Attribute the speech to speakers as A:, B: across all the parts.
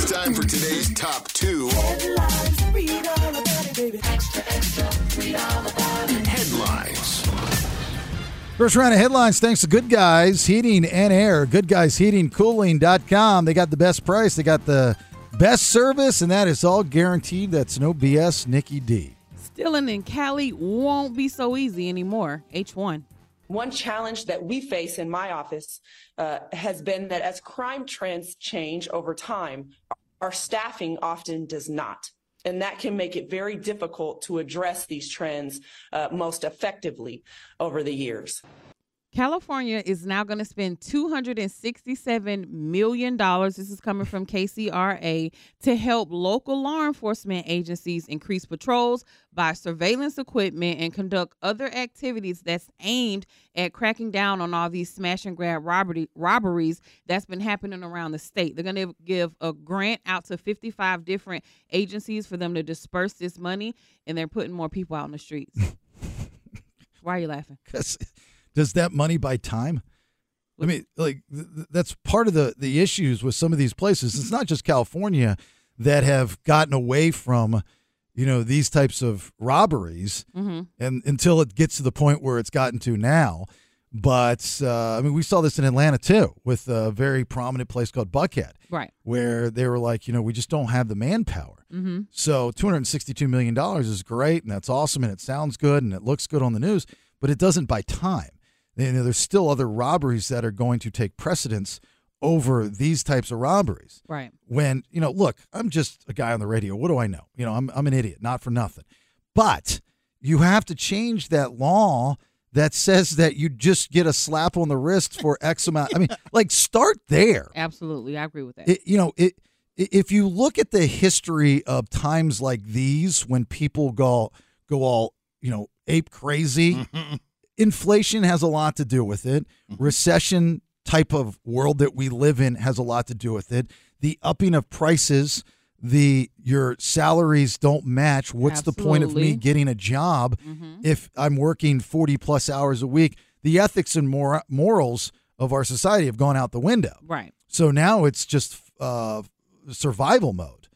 A: today's top two
B: Headlines, read all about it, baby.
A: headlines.
C: First round of headlines thanks to Good Guys Heating and Air. Good Guys Heating Cooling.com. They got the best price, they got the best service, and that is all guaranteed. That's no BS, Nikki D.
D: Stealing in Cali won't be so easy anymore. H1.
E: One challenge that we face in my office uh, has been that as crime trends change over time, our staffing often does not. And that can make it very difficult to address these trends uh, most effectively over the years.
D: California is now going to spend $267 million. This is coming from KCRA to help local law enforcement agencies increase patrols, buy surveillance equipment, and conduct other activities that's aimed at cracking down on all these smash and grab robbery, robberies that's been happening around the state. They're going to give a grant out to 55 different agencies for them to disperse this money, and they're putting more people out in the streets. Why are you laughing?
C: 'Cause does that money buy time? I mean, like th- th- that's part of the the issues with some of these places. It's not just California that have gotten away from, you know, these types of robberies,
D: Mm-hmm.
C: and until it gets to the point where it's gotten to now. But uh, I mean, we saw this in Atlanta too, with a very prominent place called Buckhead,
D: Right.
C: where they were like, you know, we just don't have the manpower. Mm-hmm. So $262 million is great, and that's awesome, and it sounds good, and it looks good on the news, but it doesn't buy time. You know, there's still other robberies that are going to take precedence over these types of robberies.
D: Right.
C: When, you know, look, I'm just a guy on the radio. What do I know? You know, I'm, I'm an idiot, not for nothing. But you have to change that law that says that you just get a slap on the wrist for X amount. I mean, like, start there
D: Absolutely, I agree with that.
C: it, you know it i- if you look at the history of times like these when people go go all you know ape crazy inflation has a lot to do with it recession type of world that we live in has a lot to do with it the upping of prices the your salaries don't match what's the point of me
D: Absolutely.
C: getting a job
D: Mm-hmm.
C: if i'm working 40 plus hours a week the ethics and mora- morals of our society have gone out the window
D: right.
C: so now it's just uh, survival mode.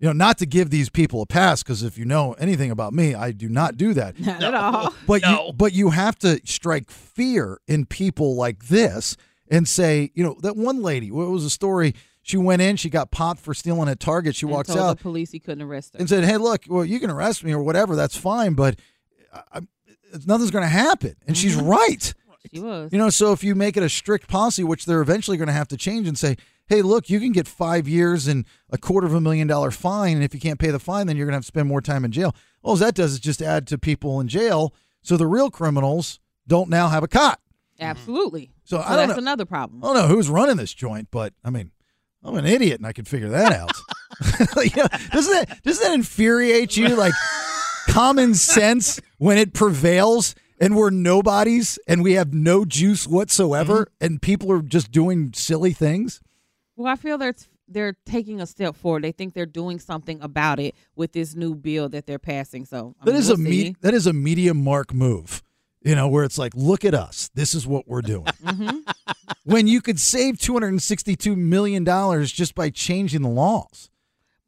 C: You know, not to give these people a pass because if you know anything about me, I do not do that.
D: Not at all.
C: But you, but you have to strike fear in people like this and say, you know, that one lady. What was the story? She went in, she got popped for stealing at Target. She
D: And
C: walks
D: told
C: out
D: the police he couldn't arrest her.
C: and said, "Hey, look, well, you can arrest me or whatever. That's fine, but uh, I, I, nothing's going to happen." And she's
D: Mm-hmm.
C: right.
D: She was.
C: You know, so if you make it a strict policy, which they're eventually going to have to change and say, hey, look, you can get five years and a quarter of a million dollar fine. And if you can't pay the fine, then you're going to have to spend more time in jail. All that does is just add to people in jail. So the real criminals don't now have a cot.
D: Mm-hmm. Absolutely.
C: So I don't
D: that's
C: know- Oh.
D: another problem.
C: I don't know who's running this joint, but I mean, I'm an idiot and I could figure that out. you know, doesn't that doesn't that infuriate you? Like common sense when it prevails and we're nobodies and we have no juice whatsoever
D: Mm-hmm.
C: and people are just doing silly things.
D: Well, I feel they're they're taking a step forward. They think they're doing something about it with this new bill that they're passing. So I
C: That
D: mean,
C: is
D: we'll
C: a me-
D: see.
C: that is a media mark move. You know, where it's like, look at us. This is what we're doing.
D: Mm-hmm.
C: When you could save two hundred and sixty-two million dollars just by changing the laws.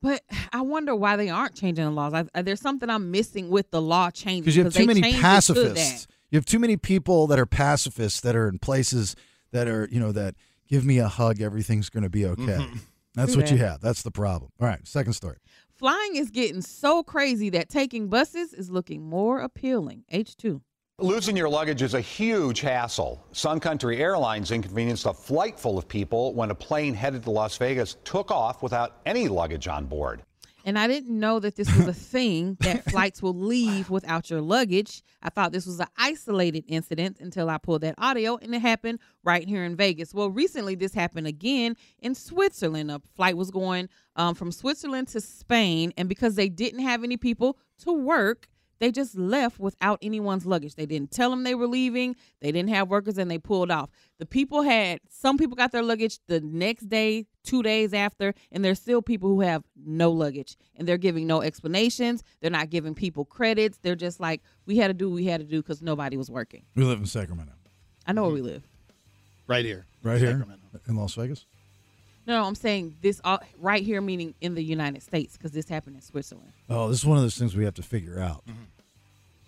D: But I wonder why they aren't changing the laws. I, I- there's something I'm missing with the law
C: because
D: changes
C: you have too
D: they
C: many
D: changed it to
C: pacifists.
D: that.
C: You have too many people that are pacifists that are in places that are you know that give me a hug, everything's going to be okay.
F: Mm-hmm.
C: That's
D: True
C: what you
D: that.
C: have. That's the problem. All right, second story.
D: Flying is getting so crazy that taking buses is looking more appealing. H two.
G: Losing your luggage is a huge hassle. Sun Country Airlines inconvenienced a flight full of people when a plane headed to Las Vegas took off without any luggage on board.
D: And I didn't know that this was a thing that flights will leave without your luggage. I thought this was an isolated incident until I pulled that audio, and it happened right here in Vegas. Well, recently this happened again in Switzerland. A flight was going um, from Switzerland to Spain, and because they didn't have any people to work, they just left without anyone's luggage. They didn't tell them they were leaving. They didn't have workers and they pulled off. The people had, some people got their luggage the next day, two days after, and there's still people who have no luggage and they're giving no explanations. They're not giving people credits. They're just like, we had to do what we had to do because nobody was working.
C: We live in Sacramento,
D: I know where we live.
F: Right here.
C: right here
F: Sacramento.
C: in Las Vegas.
D: No, I'm saying this all, right here, meaning in the United States, because this happened in Switzerland.
C: Oh, this is one of those things we have to figure out.
F: Mm-hmm.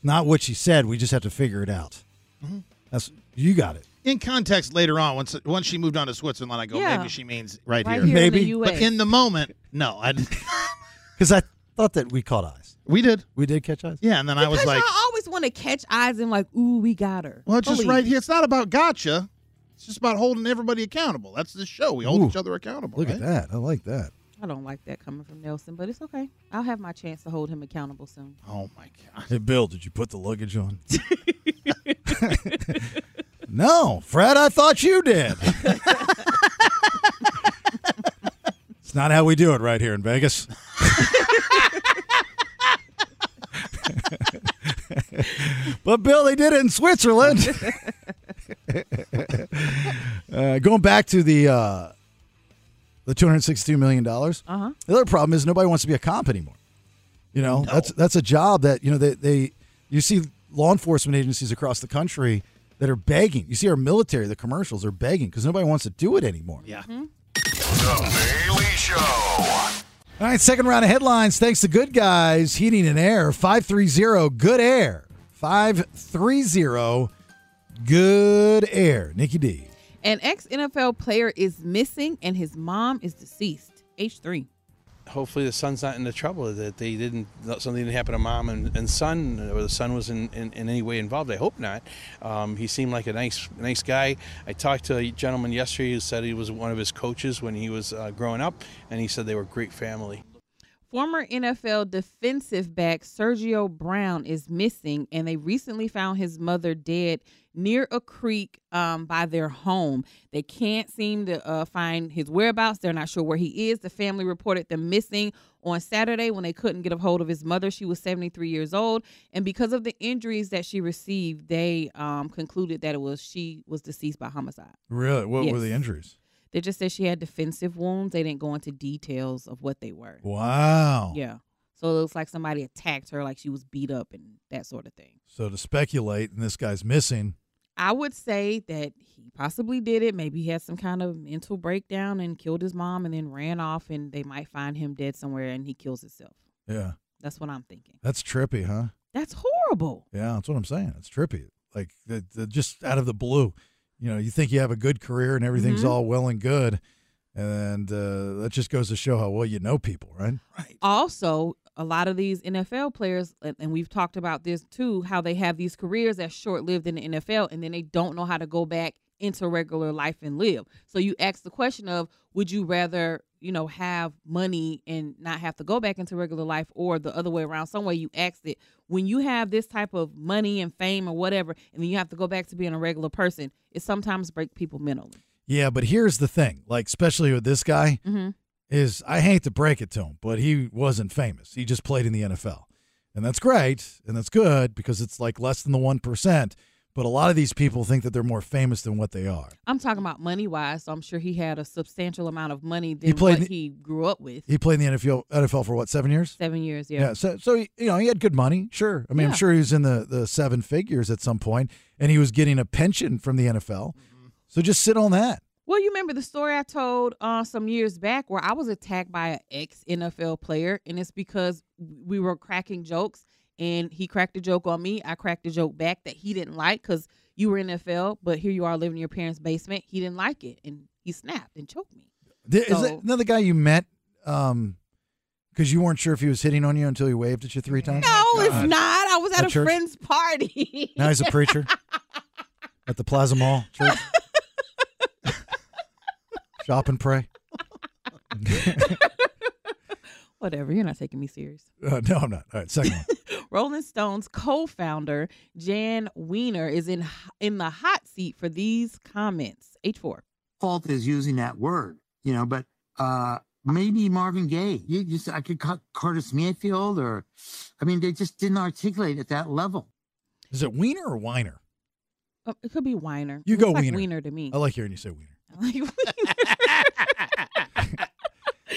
C: Not what she said. We just have to figure it out.
F: Mm-hmm.
C: That's you got it.
F: In context, later on, once once she moved on to Switzerland, I go,
D: Yeah.
F: maybe she means right,
D: Right
F: here.
D: here, in the
C: Maybe,
D: U.S.
F: But in the moment, no, I didn't-
C: Because I thought that we caught eyes.
F: we did.
C: We did catch eyes.
F: Yeah, and then I was
D: Because
F: like,
D: y'all always want to catch eyes and like, ooh, we got her.
F: well, it's just
D: Believe
F: right
D: it.
F: here. It's not about gotcha. It's just about holding everybody accountable. That's the show. We hold
C: Ooh.
F: each other accountable.
C: Look
F: right?
C: at that. I like that.
D: I don't like that coming from Nelson, but it's okay. I'll have my chance to hold him accountable soon.
F: Oh my god.
C: Hey, Bill, did you put the luggage on? no, Fred, I thought you did. it's not how we do it right here in Vegas. but Bill, they did it in Switzerland. uh, going back to the uh, the two hundred sixty-two million dollars.
D: Uh-huh.
C: The other problem is nobody wants to be a cop anymore. You know, that's that's a job that you know they, they you see law enforcement agencies across the country that are begging. You see our military, the commercials are begging because nobody wants to do it anymore.
F: Yeah.
A: The Bailey Show.
C: All right, second round of headlines. Thanks to Good Guys Heating and Air, 530 Good Air. 530 Good Air. Nikki D.
D: An ex NFL player is missing and his mom is deceased. Age three.
H: hopefully the son's not into trouble that they didn't that something didn't happen to mom and, and son or the son was in, in, in any way involved i hope not um, he seemed like a nice nice guy i talked to a gentleman yesterday who said he was one of his coaches when he was uh, growing up and he said they were a great family
D: Former NFL defensive back Sergio Brown is missing, and they recently found his mother dead near a creek um, by their home. They can't seem to uh, find his whereabouts. They're not sure where he is. The family reported them missing on Saturday when they couldn't get a hold of his mother. She was 73 years old, and because of the injuries that she received, they um, concluded that it was she was deceased by homicide.
C: Really? What
D: were Yes. the
C: injuries?
D: They just said she had defensive wounds. They didn't go into details of what they were.
C: Wow.
D: Yeah. So it looks like somebody attacked her, like she was beat up and that sort of thing.
C: So to speculate, and this guy's missing.
D: I would say that he possibly did it. Maybe he had some kind of mental breakdown and killed his mom and then ran off, and they might find him dead somewhere and he kills himself.
C: Yeah.
D: That's what I'm thinking.
C: That's trippy, huh?
D: That's horrible.
C: Yeah, that's what I'm saying. It's trippy. Like the, the, just out of the blue, you know, you think you have a good career and everything's
D: Mhm.
C: all well and good, and uh, that just goes to show how well you know people, right?
D: Also, a lot of these NFL players, and and we've talked about this too, how they have these careers that's short lived in the NFL and then they don't know how to go back into regular life and live. So you ask the question of would you rather, you know, have money and not have to go back into regular life or the other way around? Some way you asked it. When you have this type of money and fame or whatever, and then you have to go back to being a regular person, it sometimes break people mentally.
C: Yeah, but here's the thing, like especially with this guy,
D: Mhm.
C: is I hate to break it to him, but he wasn't famous. He just played in the NFL, and that's great and that's good because it's like less than the one percent. But a lot of these people think that they're more famous than what they are.
D: I'm talking about money wise, so I'm sure he had a substantial amount of money than
C: played
D: what
C: the-
D: he grew up with.
C: He played in the NFL, NFL for what seven years?
D: Seven years, yeah.
C: Yeah. so, so he- you know, he had good money. Sure. I mean,
D: Yeah.
C: I'm sure he was in the, the seven figures at some point, and he was getting a pension from the NFL.
D: Mm-hmm.
C: So just sit on that.
D: Well, you remember the story I told uh, some years back where I was attacked by an ex NFL player, and it's because we were cracking jokes, and he cracked a joke on me. I cracked a joke back that he didn't like because you were NFL, but here you are living in your parents' basement. He didn't like it, and he snapped and choked me.
C: Th- Is that
D: So-
C: another guy you met? Um, because you weren't sure if he was hitting on you until he waved at you three times.
D: No, it's not. I was at
C: Oh At
D: a
C: church?
D: friend's party.
C: Now he's a preacher at the Plaza Mall church. Shop and pray.
D: Whatever. You're not taking me serious.
C: Uh, no, I'm not. All right, second one.
D: Rolling Stones co-founder Jan Weiner is in in the hot seat for these comments. H four.
I: fault is using that word, you know, but uh maybe Marvin Gaye. You just I could cut Curtis Mayfield or I mean they just didn't articulate at that level.
C: Is it Wiener or Weiner?
D: Oh, it could be Weiner.
C: You
D: It looks
C: go
D: like
C: Weiner. Oh.
D: to me.
C: I like hearing you say Wiener.
D: I like Weiner.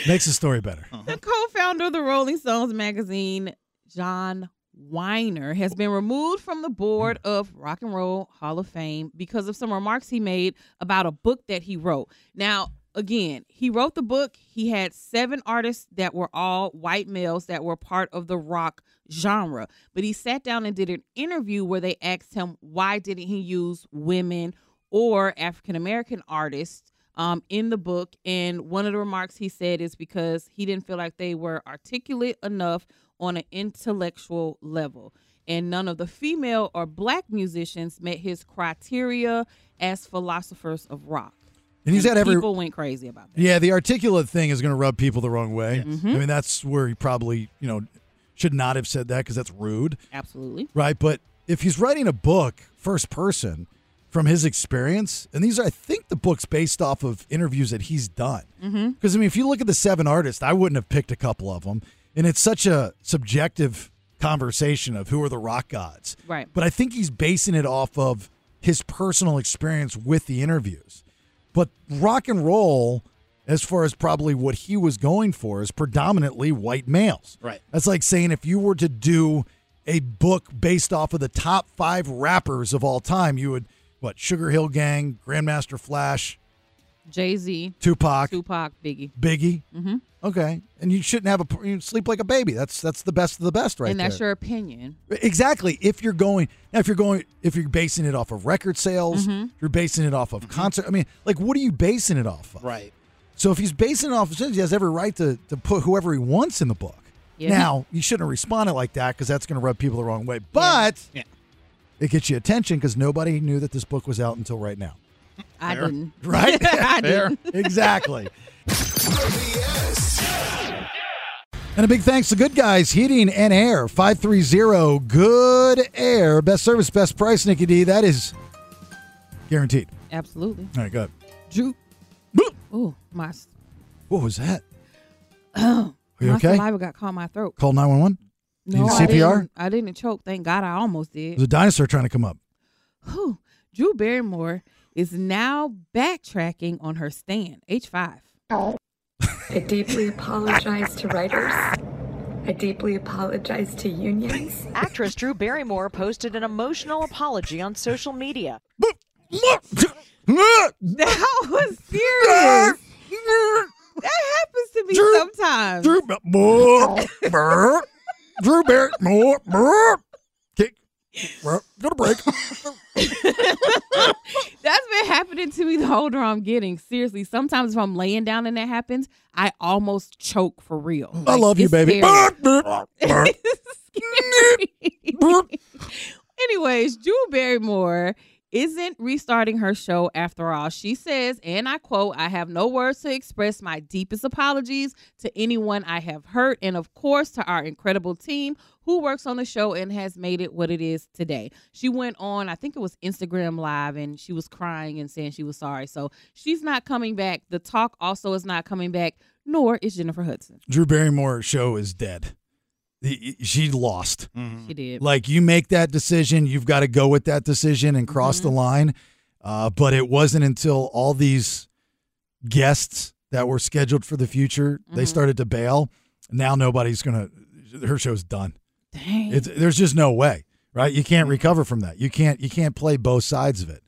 C: Makes the story better.
D: the co-founder of the Rolling Stones magazine, John Weiner, has been removed from the board
C: Hmm.
D: of Rock and Roll Hall of Fame because of some remarks he made about a book that he wrote. Now, again, he wrote the book. He had seven artists that were all white males that were part of the rock genre. But he sat down and did an interview where they asked him why didn't he use women or African American artists um, in the book. And one of the remarks he said is because he didn't feel like they were articulate enough on an intellectual level. And none of the female or black musicians met his criteria as philosophers of rock.
C: And he's had every
D: People went crazy about that.
C: Yeah, the articulate thing is going to rub people the wrong way. I mean, that's where he probably, you know, should not have said that because that's rude,
D: Absolutely.
C: right? But if he's writing a book first person from his experience, and these are, I think the book's based off of interviews that he's done. Because, I mean, if you look at the seven artists, I wouldn't have picked a couple of them. And it's such a subjective conversation of who are the rock gods.
D: Right.
C: But I think he's basing it off of his personal experience with the interviews. But rock and roll, as far as probably what he was going for, is predominantly white males.
F: Right.
C: That's like saying if you were to do a book based off of the top five rappers of all time, you would, what, Sugar Hill Gang, Grandmaster Flash,
D: Jay Z,
C: Tupac,
D: Tupac, Biggie.
C: Biggie. Mm-hmm. Okay. And you shouldn't have a, you sleep like a baby. That's that's the best of the best right
D: and
C: there.
D: that's your opinion.
C: Exactly. If you're going, now if you're going, if you're basing it off of record sales,
D: Mm-hmm.
C: you're basing it off of concert. I mean, like, what are you basing it off of?
F: Right.
C: So if he's basing it off of, he has every right to, to put whoever he wants in the book.
D: Yeah.
C: Now, you shouldn't have responded like that because that's going to rub people the wrong way. But
F: Yeah.
C: it gets you attention because nobody knew that this book was out until right now.
D: I didn't.
C: Right?
D: I
F: Fair.
D: didn't.
C: exactly. And a big thanks to Good Guys Heating and Air, 530 Good Air. Best service, best price, Nikki D. That is guaranteed.
D: Absolutely.
C: All right, good.
D: Drew. Oh, my,
C: What was that? Are you
D: my
C: okay?
D: saliva got caught in my throat.
C: Call 911? You
D: No,
C: need
D: I
C: CPR?
D: didn't, I didn't choke. Thank God I almost did.
C: There's a dinosaur trying to come up.
D: Whew. Drew Barrymore is now backtracking on her stand, H5.
J: I deeply apologize to writers. I deeply apologize to unions.
K: Actress Drew Barrymore posted an emotional apology on social media.
D: That was serious. That happens to me
C: Drew-
D: sometimes.
C: Drew Barrymore. Drew Barrymore. Kick. Go to break.
D: That's been happening to me the older I'm getting. Seriously, sometimes if I'm laying down and that happens, I almost choke for real.
C: I
D: Like,
C: love you,
D: it's
C: baby.
D: scary. Scary. Anyways, Drew Barrymore isn't restarting her show after all. She says, and I quote, I have no words to express my deepest apologies to anyone I have hurt, and of course to our incredible team who works on the show and has made it what it is today. She went on, I think it was Instagram Live, and she was crying and saying she was sorry. So she's not coming back. The talk also is not coming back, nor is Jennifer Hudson.
C: Drew Barrymore's show is dead. The- She lost.
D: She did.
C: Like you make that decision, you've got to go with that decision and cross the line. Uh, but it wasn't until all these guests that were scheduled for the future they started to bail. Now nobody's gonna. Her show's done.
D: Dang.
C: It's, there's just no way, right? You can't recover from that. You can't. You can't play both sides of it.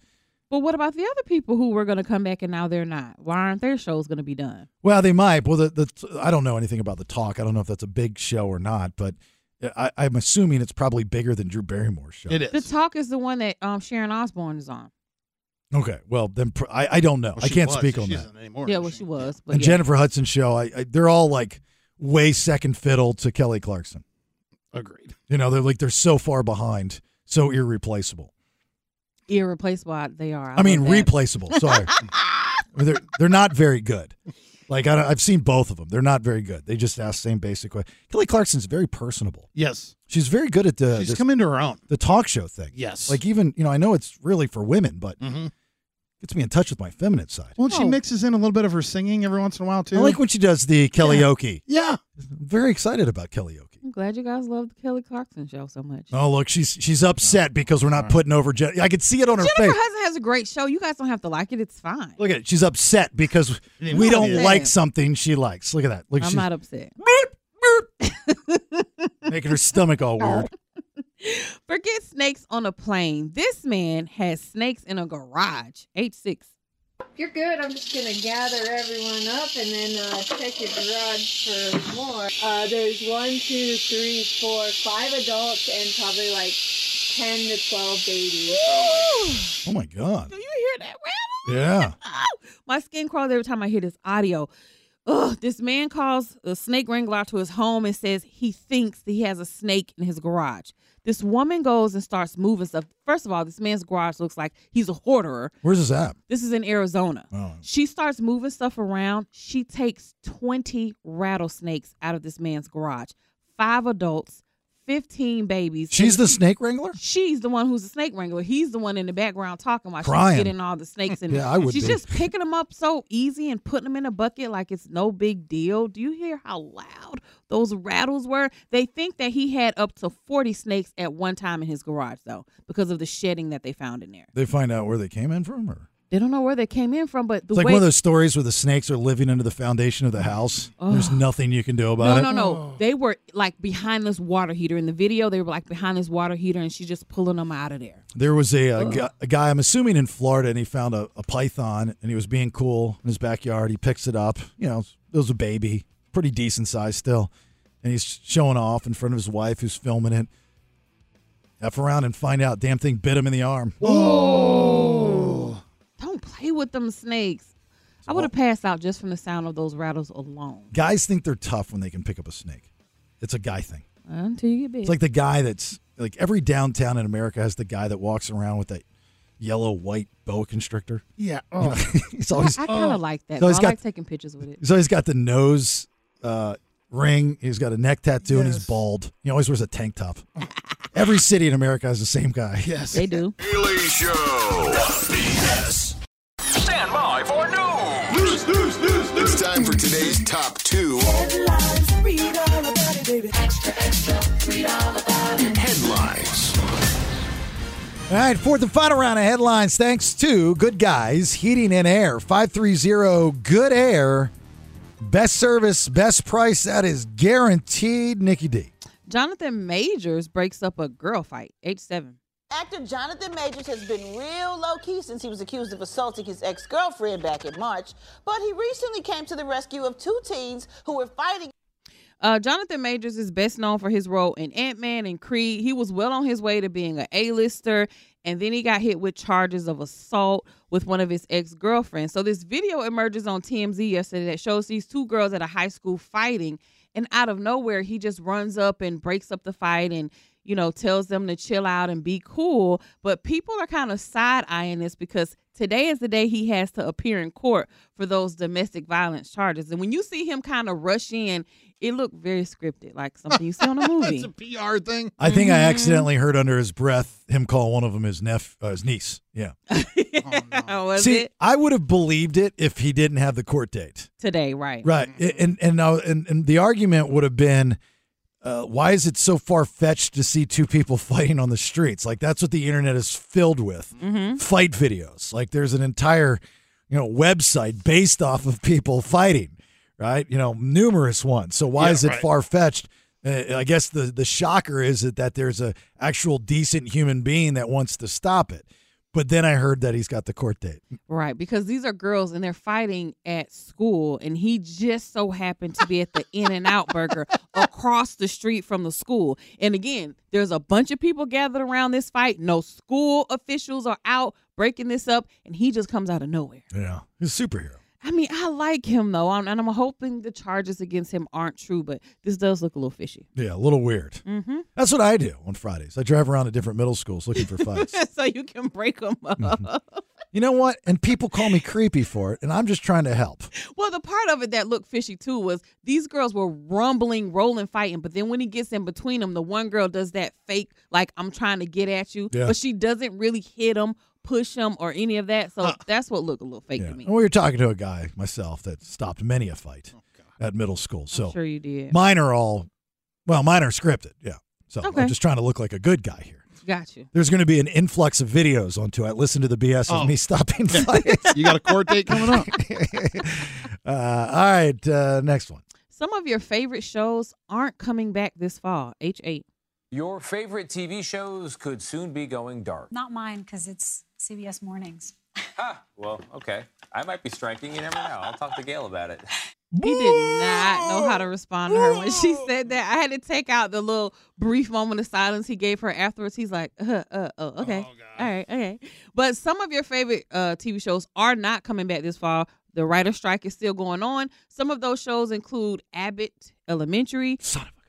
D: But what about the other people who were going to come back and now they're not? Why aren't their shows going to be done?
C: Well, they might. Well, the, the I don't know anything about the talk. I don't know if that's a big show or not, but uh, I, I'm assuming it's probably bigger than Drew Barrymore's show.
F: It is.
D: The talk is the one that um, Sharon Osbourne is on.
C: Okay. Well, then pr- I, I don't know.
F: Well,
C: I
F: Oh, she
C: can't
F: was,
C: speak
F: so
C: on
F: she
C: that.
F: isn't anymore,
D: yeah,
F: is
D: well, she was. But
C: And
D: yeah.
C: Jennifer Hudson's show, I, I they're all like way second fiddle to Kelly Clarkson.
F: Agreed.
C: You know, they're like they're so far behind, so irreplaceable.
D: irreplaceable, they are.
C: I, mean,
D: love that.
C: replaceable. Sorry, I mean, they're they're not very good. Like I don't, I've seen both of them. They're not very good. They just ask the same basic question. Kelly Clarkson's very personable.
F: Yes.
C: She's very good at the
F: She's
C: this-
F: come into her own.
C: the talk show thing.
F: Yes.
C: Like even you know, I know it's really for women, but
F: Mhm.
C: gets me in touch with my feminine side.
F: Well, and she
D: Oh.
F: mixes in a little bit of her singing every once in a while too.
C: I like when she does the karaoke.
F: yeah.
C: I'm very excited about karaoke.
D: I'm glad you guys love the Kelly Clarkson show so much.
C: Oh look, she's she's upset because we're not putting over. Jen- I could see it on her
D: Jennifer
C: face.
D: Hudson has a great show. You guys don't have to like it. It's fine.
C: Look at it. She's upset because
F: didn't
C: we
F: like
C: don't
D: it.
C: like something she likes. Look at that. Look,
D: I'm
C: she's
D: not upset.
C: making her stomach all weird.
D: Forget snakes on a plane. This man has snakes in a garage. H6.
L: You're good. I'm just gonna gather everyone up and then uh, check your garage for more. Uh, there's one, two, three, four, five adults and probably like ten to twelve babies.
C: Oh my god.
D: Do you hear that rattle?
C: Yeah.
D: My skin crawls every time I hear this audio. Ugh, this man calls a snake wrangler out to his home and says he thinks that he has a snake in his garage. This woman goes and starts moving stuff. First of all, this man's garage looks like he's a hoarder.
C: Where's this at?
D: This is in Arizona.
C: Oh.
D: She starts moving stuff around. She takes 20 rattlesnakes out of this man's garage. Five adults, 15 babies.
C: She's the snake wrangler?
D: She's the one who's the snake wrangler. He's the one in the background talking while
C: Crying.
D: she's getting all the snakes in
C: Yeah,
D: there.
C: I would
D: She's
C: be.
D: just picking them up so easy and putting them in a bucket like it's no big deal. Do you hear how loud those rattles were? They think that he had up to 40 snakes at one time in his garage, though, because of the shedding that they found in there.
C: They find out where they came in from or
D: They don't know where they came in from, but the
C: It's like
D: way
C: one of those stories where the snakes are living under the foundation of the house. There's nothing you can do about
D: no,
C: it.
D: No, no, They were like behind this water heater in the video. They were like behind this water heater, and she's just pulling them out of there.
C: There was a, uh gu- a guy, I'm assuming in Florida, and he found a, a python and he was being cool in his backyard. He picks it up. You know, it was a baby, pretty decent size still. And he's showing off in front of his wife who's filming it. F around and find out. Damn thing bit him in the arm. Oh.
D: Don't play with them snakes. I would have passed out just from the sound of those rattles alone.
C: Guys think they're tough when they can pick up a snake. It's a guy thing.
D: Until you get big.
C: It's like the guy that's like every downtown in America has the guy that walks around with that yellow white boa constrictor.
F: Yeah. Oh.
C: You know, oh, he's always.
D: I, I kind of like that.
C: So he's
D: though. I
C: got-
D: like taking pictures with it.
C: So he's got the nose uh, ring. He's got a neck tattoo, and he's bald. He always wears a tank top. Every city in America has the same guy. Yes,
D: they do.
A: Daily Show. BS. Stand by for news. News, news, news, news. It's time for today's top two. Extra, extra, read all about it. Headlines.
C: All right, fourth and final round of headlines. Thanks to Good Guys Heating and Air. 530 Good Air. Best service, best price. That is guaranteed, Nikki D.
D: Jonathan Majors breaks up a girl fight, age seven.
M: Actor Jonathan Majors has been real low key since he was accused of assaulting his ex girlfriend back in March, but he recently came to the rescue of two teens who were fighting.
D: Uh, Jonathan Majors is best known for his role in Ant Man and Creed. He was well on his way to being an A lister, and then he got hit with charges of assault with one of his ex girlfriends. So, this video emerges on TMZ yesterday that shows these two girls at a high school fighting, and out of nowhere, he just runs up and breaks up the fight and you know, tells them to chill out and be cool. But people are kind of side eyeing this because today is the day he has to appear in court for those domestic violence charges. And when you see him kind of rush in, it looked very scripted, like something you see on a movie.
F: It's a PR thing.
C: I think
D: Mm-hmm.
C: I accidentally heard under his breath him call one of them his neph, uh, his niece. Yeah.
D: Was
C: See,
D: it
C: I would have believed it if he didn't have the court date.
D: today? Right.
C: Right.
F: Mm-hmm.
C: And and now and, and the argument would have been uh, why is it so far fetched to see two people fighting on the streets? Like that's what the internet is filled with.
F: Mm-hmm.
D: Mhm.
C: Fight videos. Like there's an entire, you know, website based off of people fighting, right? You know, numerous ones. So why
F: Yeah,
C: is it
F: right.
C: far fetched? Uh, I guess the the shocker is that, that there's a actual decent human being that wants to stop it. But then I heard that he's got the court date.
D: Right, because these are girls and they're fighting at school, and he just so happened to be at the In and Out Burger across the street from the school. And again, there's a bunch of people gathered around this fight. No school officials are out breaking this up, and he just comes out of nowhere.
C: Yeah, he's a superhero.
D: I mean, I like him though, I'm- and I'm hoping the charges against him aren't true, but this does look a little fishy.
C: Yeah, a little weird.
D: Mm-hmm.
C: That's what I do on Fridays. I drive around to different middle schools looking for fights.
D: so you can break them up.
C: you know what? And people call me creepy for it, and I'm just trying to help.
D: Well, the part of it that looked fishy too was these girls were rumbling, rolling, fighting. But then when he gets in between them, the one girl does that fake, like, I'm trying to get at you.
C: Yeah.
D: But she doesn't really hit him, push him, or any of that. So that's what looked a little fake
C: Uh. Yeah.
D: to me.
C: And we were talking to a guy myself that stopped many a fight at middle school. So
D: Oh, sure you did.
C: Mine are all, well, mine are scripted. Yeah. So
D: Okay.
C: I'm just trying to look like a good guy here.
D: Got you.
C: There's going to be an influx of videos onto it. Listen to the BS
F: Oh.
C: of me stopping fights.
F: You got a court date coming up.
C: uh, all right, uh, next one.
D: Some of your favorite shows aren't coming back this fall. H8.
N: Your favorite TV shows could soon be going dark.
O: Not mine, because it's CBS Mornings.
N: Well, okay. I might be striking. You never know. I'll talk to Gail about it.
D: He did not know how to respond to her when she said that. I had to take out the little brief moment of silence he gave her afterwards. He's like, uh, uh, oh, okay. All right, okay. But some of your favorite uh, TV shows are not coming back this fall. The writer strike is still going on. Some of those shows include Abbott Elementary,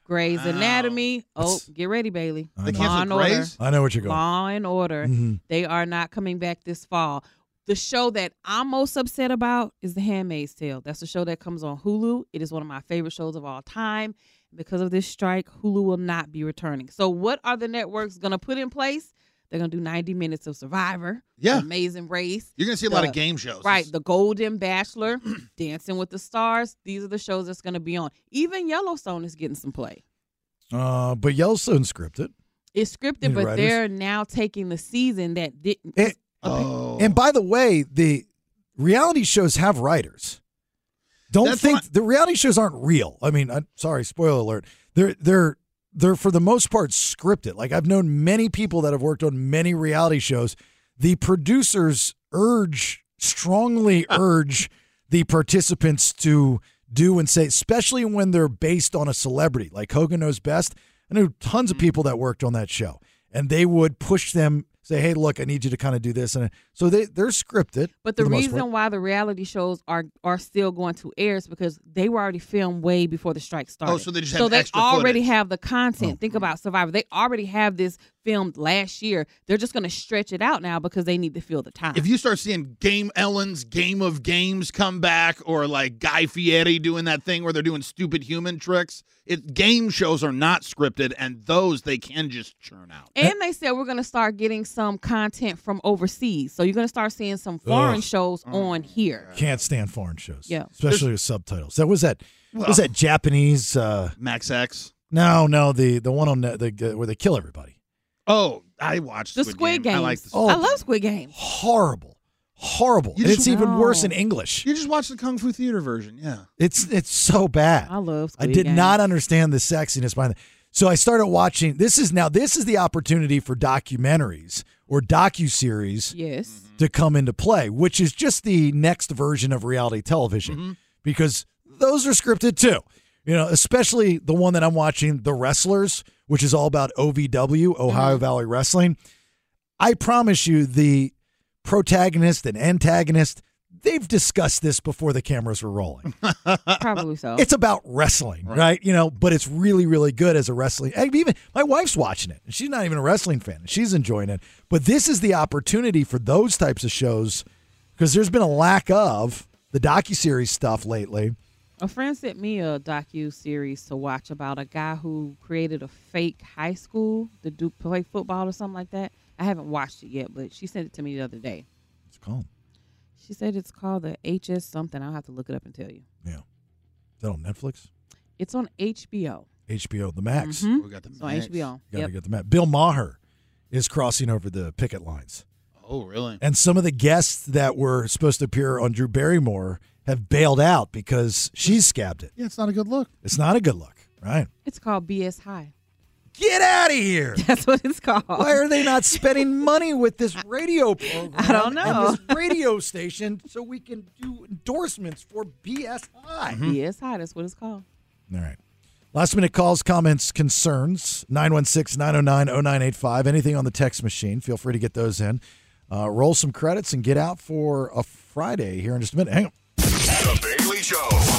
D: Grey's
C: Wow.
D: Anatomy. Oh,
C: That's-
D: get ready, Bailey.
C: I They know.
D: Law
C: canceled
D: and Order.
C: Grey's? I know what you're going.
D: Law and Order.
C: Mhm.
D: They are not coming back this fall. The show that I'm most upset about is The Handmaid's Tale. That's a show that comes on Hulu. It is one of my favorite shows of all time. Because of this strike, Hulu will not be returning. So, what are the networks going to put in place? They're going to do 90 minutes of Survivor,
F: Yeah.
D: Amazing Race.
F: You're gonna see a lot of
D: the-
F: game shows.
D: Right. The Golden Bachelor, Dancing with the Stars. These are the shows that's going to be on. Even Yellowstone is getting some play.
C: Uh, but Yellowstone scripted.
D: It's scripted,
C: Any
D: but
C: writers?
D: they're now taking the season that didn't.
C: Oh. And by the way, the reality shows have writers. Don't
D: That's
C: think the reality shows aren't real. I mean, i sorry, spoiler alert. They're they're they're for the most part scripted. Like I've known many people that have worked on many reality shows. The producers urge strongly urge the participants to do and say, especially when they're based on a celebrity. Like Hogan knows best. I knew tons
D: Mm-hmm.
C: of people that worked on that show, and they would push them. Say, hey, look, I need you to kind of do this, and so they they're scripted.
D: But
C: for
D: the,
C: most part.
D: reason why the reality shows are are still going to air is because they were already filmed way before the strike started.
F: Oh, so they just
D: so
F: have
D: they
F: extra
D: already
F: footage.
D: have the content.
C: Oh.
D: Think about Survivor; they already have this filmed last year. They're just going to stretch it out now because they need to fill the time.
F: If you start seeing Game Ellen's Game of Games come back, or like Guy Fieri doing that thing where they're doing stupid human tricks, it, game shows are not scripted, and those they can just churn out.
D: and they said we're going to start getting some content from overseas, so you're going to start seeing some foreign
C: Ugh.
D: shows
F: Mm.
D: on here.
C: Can't stand foreign shows.
D: Yeah.
C: especially with subtitles. That was that. what was
F: Well-
C: that Japanese? Uh,
F: Max X.
C: no, no, the the one on the, the where they kill everybody.
F: Oh, I watched
D: The Squid Game.
F: I like the
D: I love Squid Game.
C: Horrible, horrible.
F: You
C: and
F: just-
C: it's even worse in
F: No.
C: English.
F: You just watched the Kung Fu Theater version, yeah.
C: It's it's so bad.
D: I love.
C: I
D: Squid
C: did
D: Game.
C: not understand the sexiness behind it. So I started watching. This is now. This is the opportunity for documentaries or docu series
D: Yes.
C: to come into play, which is just the next version of reality television
D: Mm-hmm.
C: because those are scripted too. You know, especially the one that I'm watching, The Wrestlers, which is all about OVW, Ohio
D: Mm-hmm.
C: Valley Wrestling. I promise you, the protagonist and antagonist, they've discussed this before the cameras were rolling.
D: Probably so.
C: It's about wrestling, right. You know, but it's really, really good as a wrestling. I mean, even my wife's watching it, and she's not even a wrestling fan. and She's enjoying it. But this is the opportunity for those types of shows because there's been a lack of the docuseries stuff lately.
D: A friend sent me a docu series to watch about a guy who created a fake high school to do play football or something like that. I haven't watched it yet, but she sent it to me the other day.
C: It's called.
D: She said it's called the HS something. I'll have to look it up and tell you.
C: Is that on Netflix?
D: It's on HBO.
C: HBO, the Max.
F: Mm-hmm.
D: Mhm. We got the It's on Max. HBO.
C: Got to
D: Yep.
C: get the Max. Bill Maher is crossing over the picket lines.
F: Oh, really?
C: And some of the guests that were supposed to appear on Drew Barrymore have bailed out because she's scabbed it.
F: Yeah, it's not a good look.
C: It's not a good look, right?
D: It's called BS High.
C: Get out of here.
D: That's what it's called.
C: Why are they not spending money with this radio program?
D: I don't know.
C: And this radio station so we can do endorsements for BSI.
D: BS High. That's what it's called. Mm-hmm.
C: All right. Last minute calls, comments, concerns 916 909 0985. Anything on the text machine, feel free to get those in. Uh, roll some credits and get out for a Friday here in just a minute. Hang on.
A: The Bailey Show.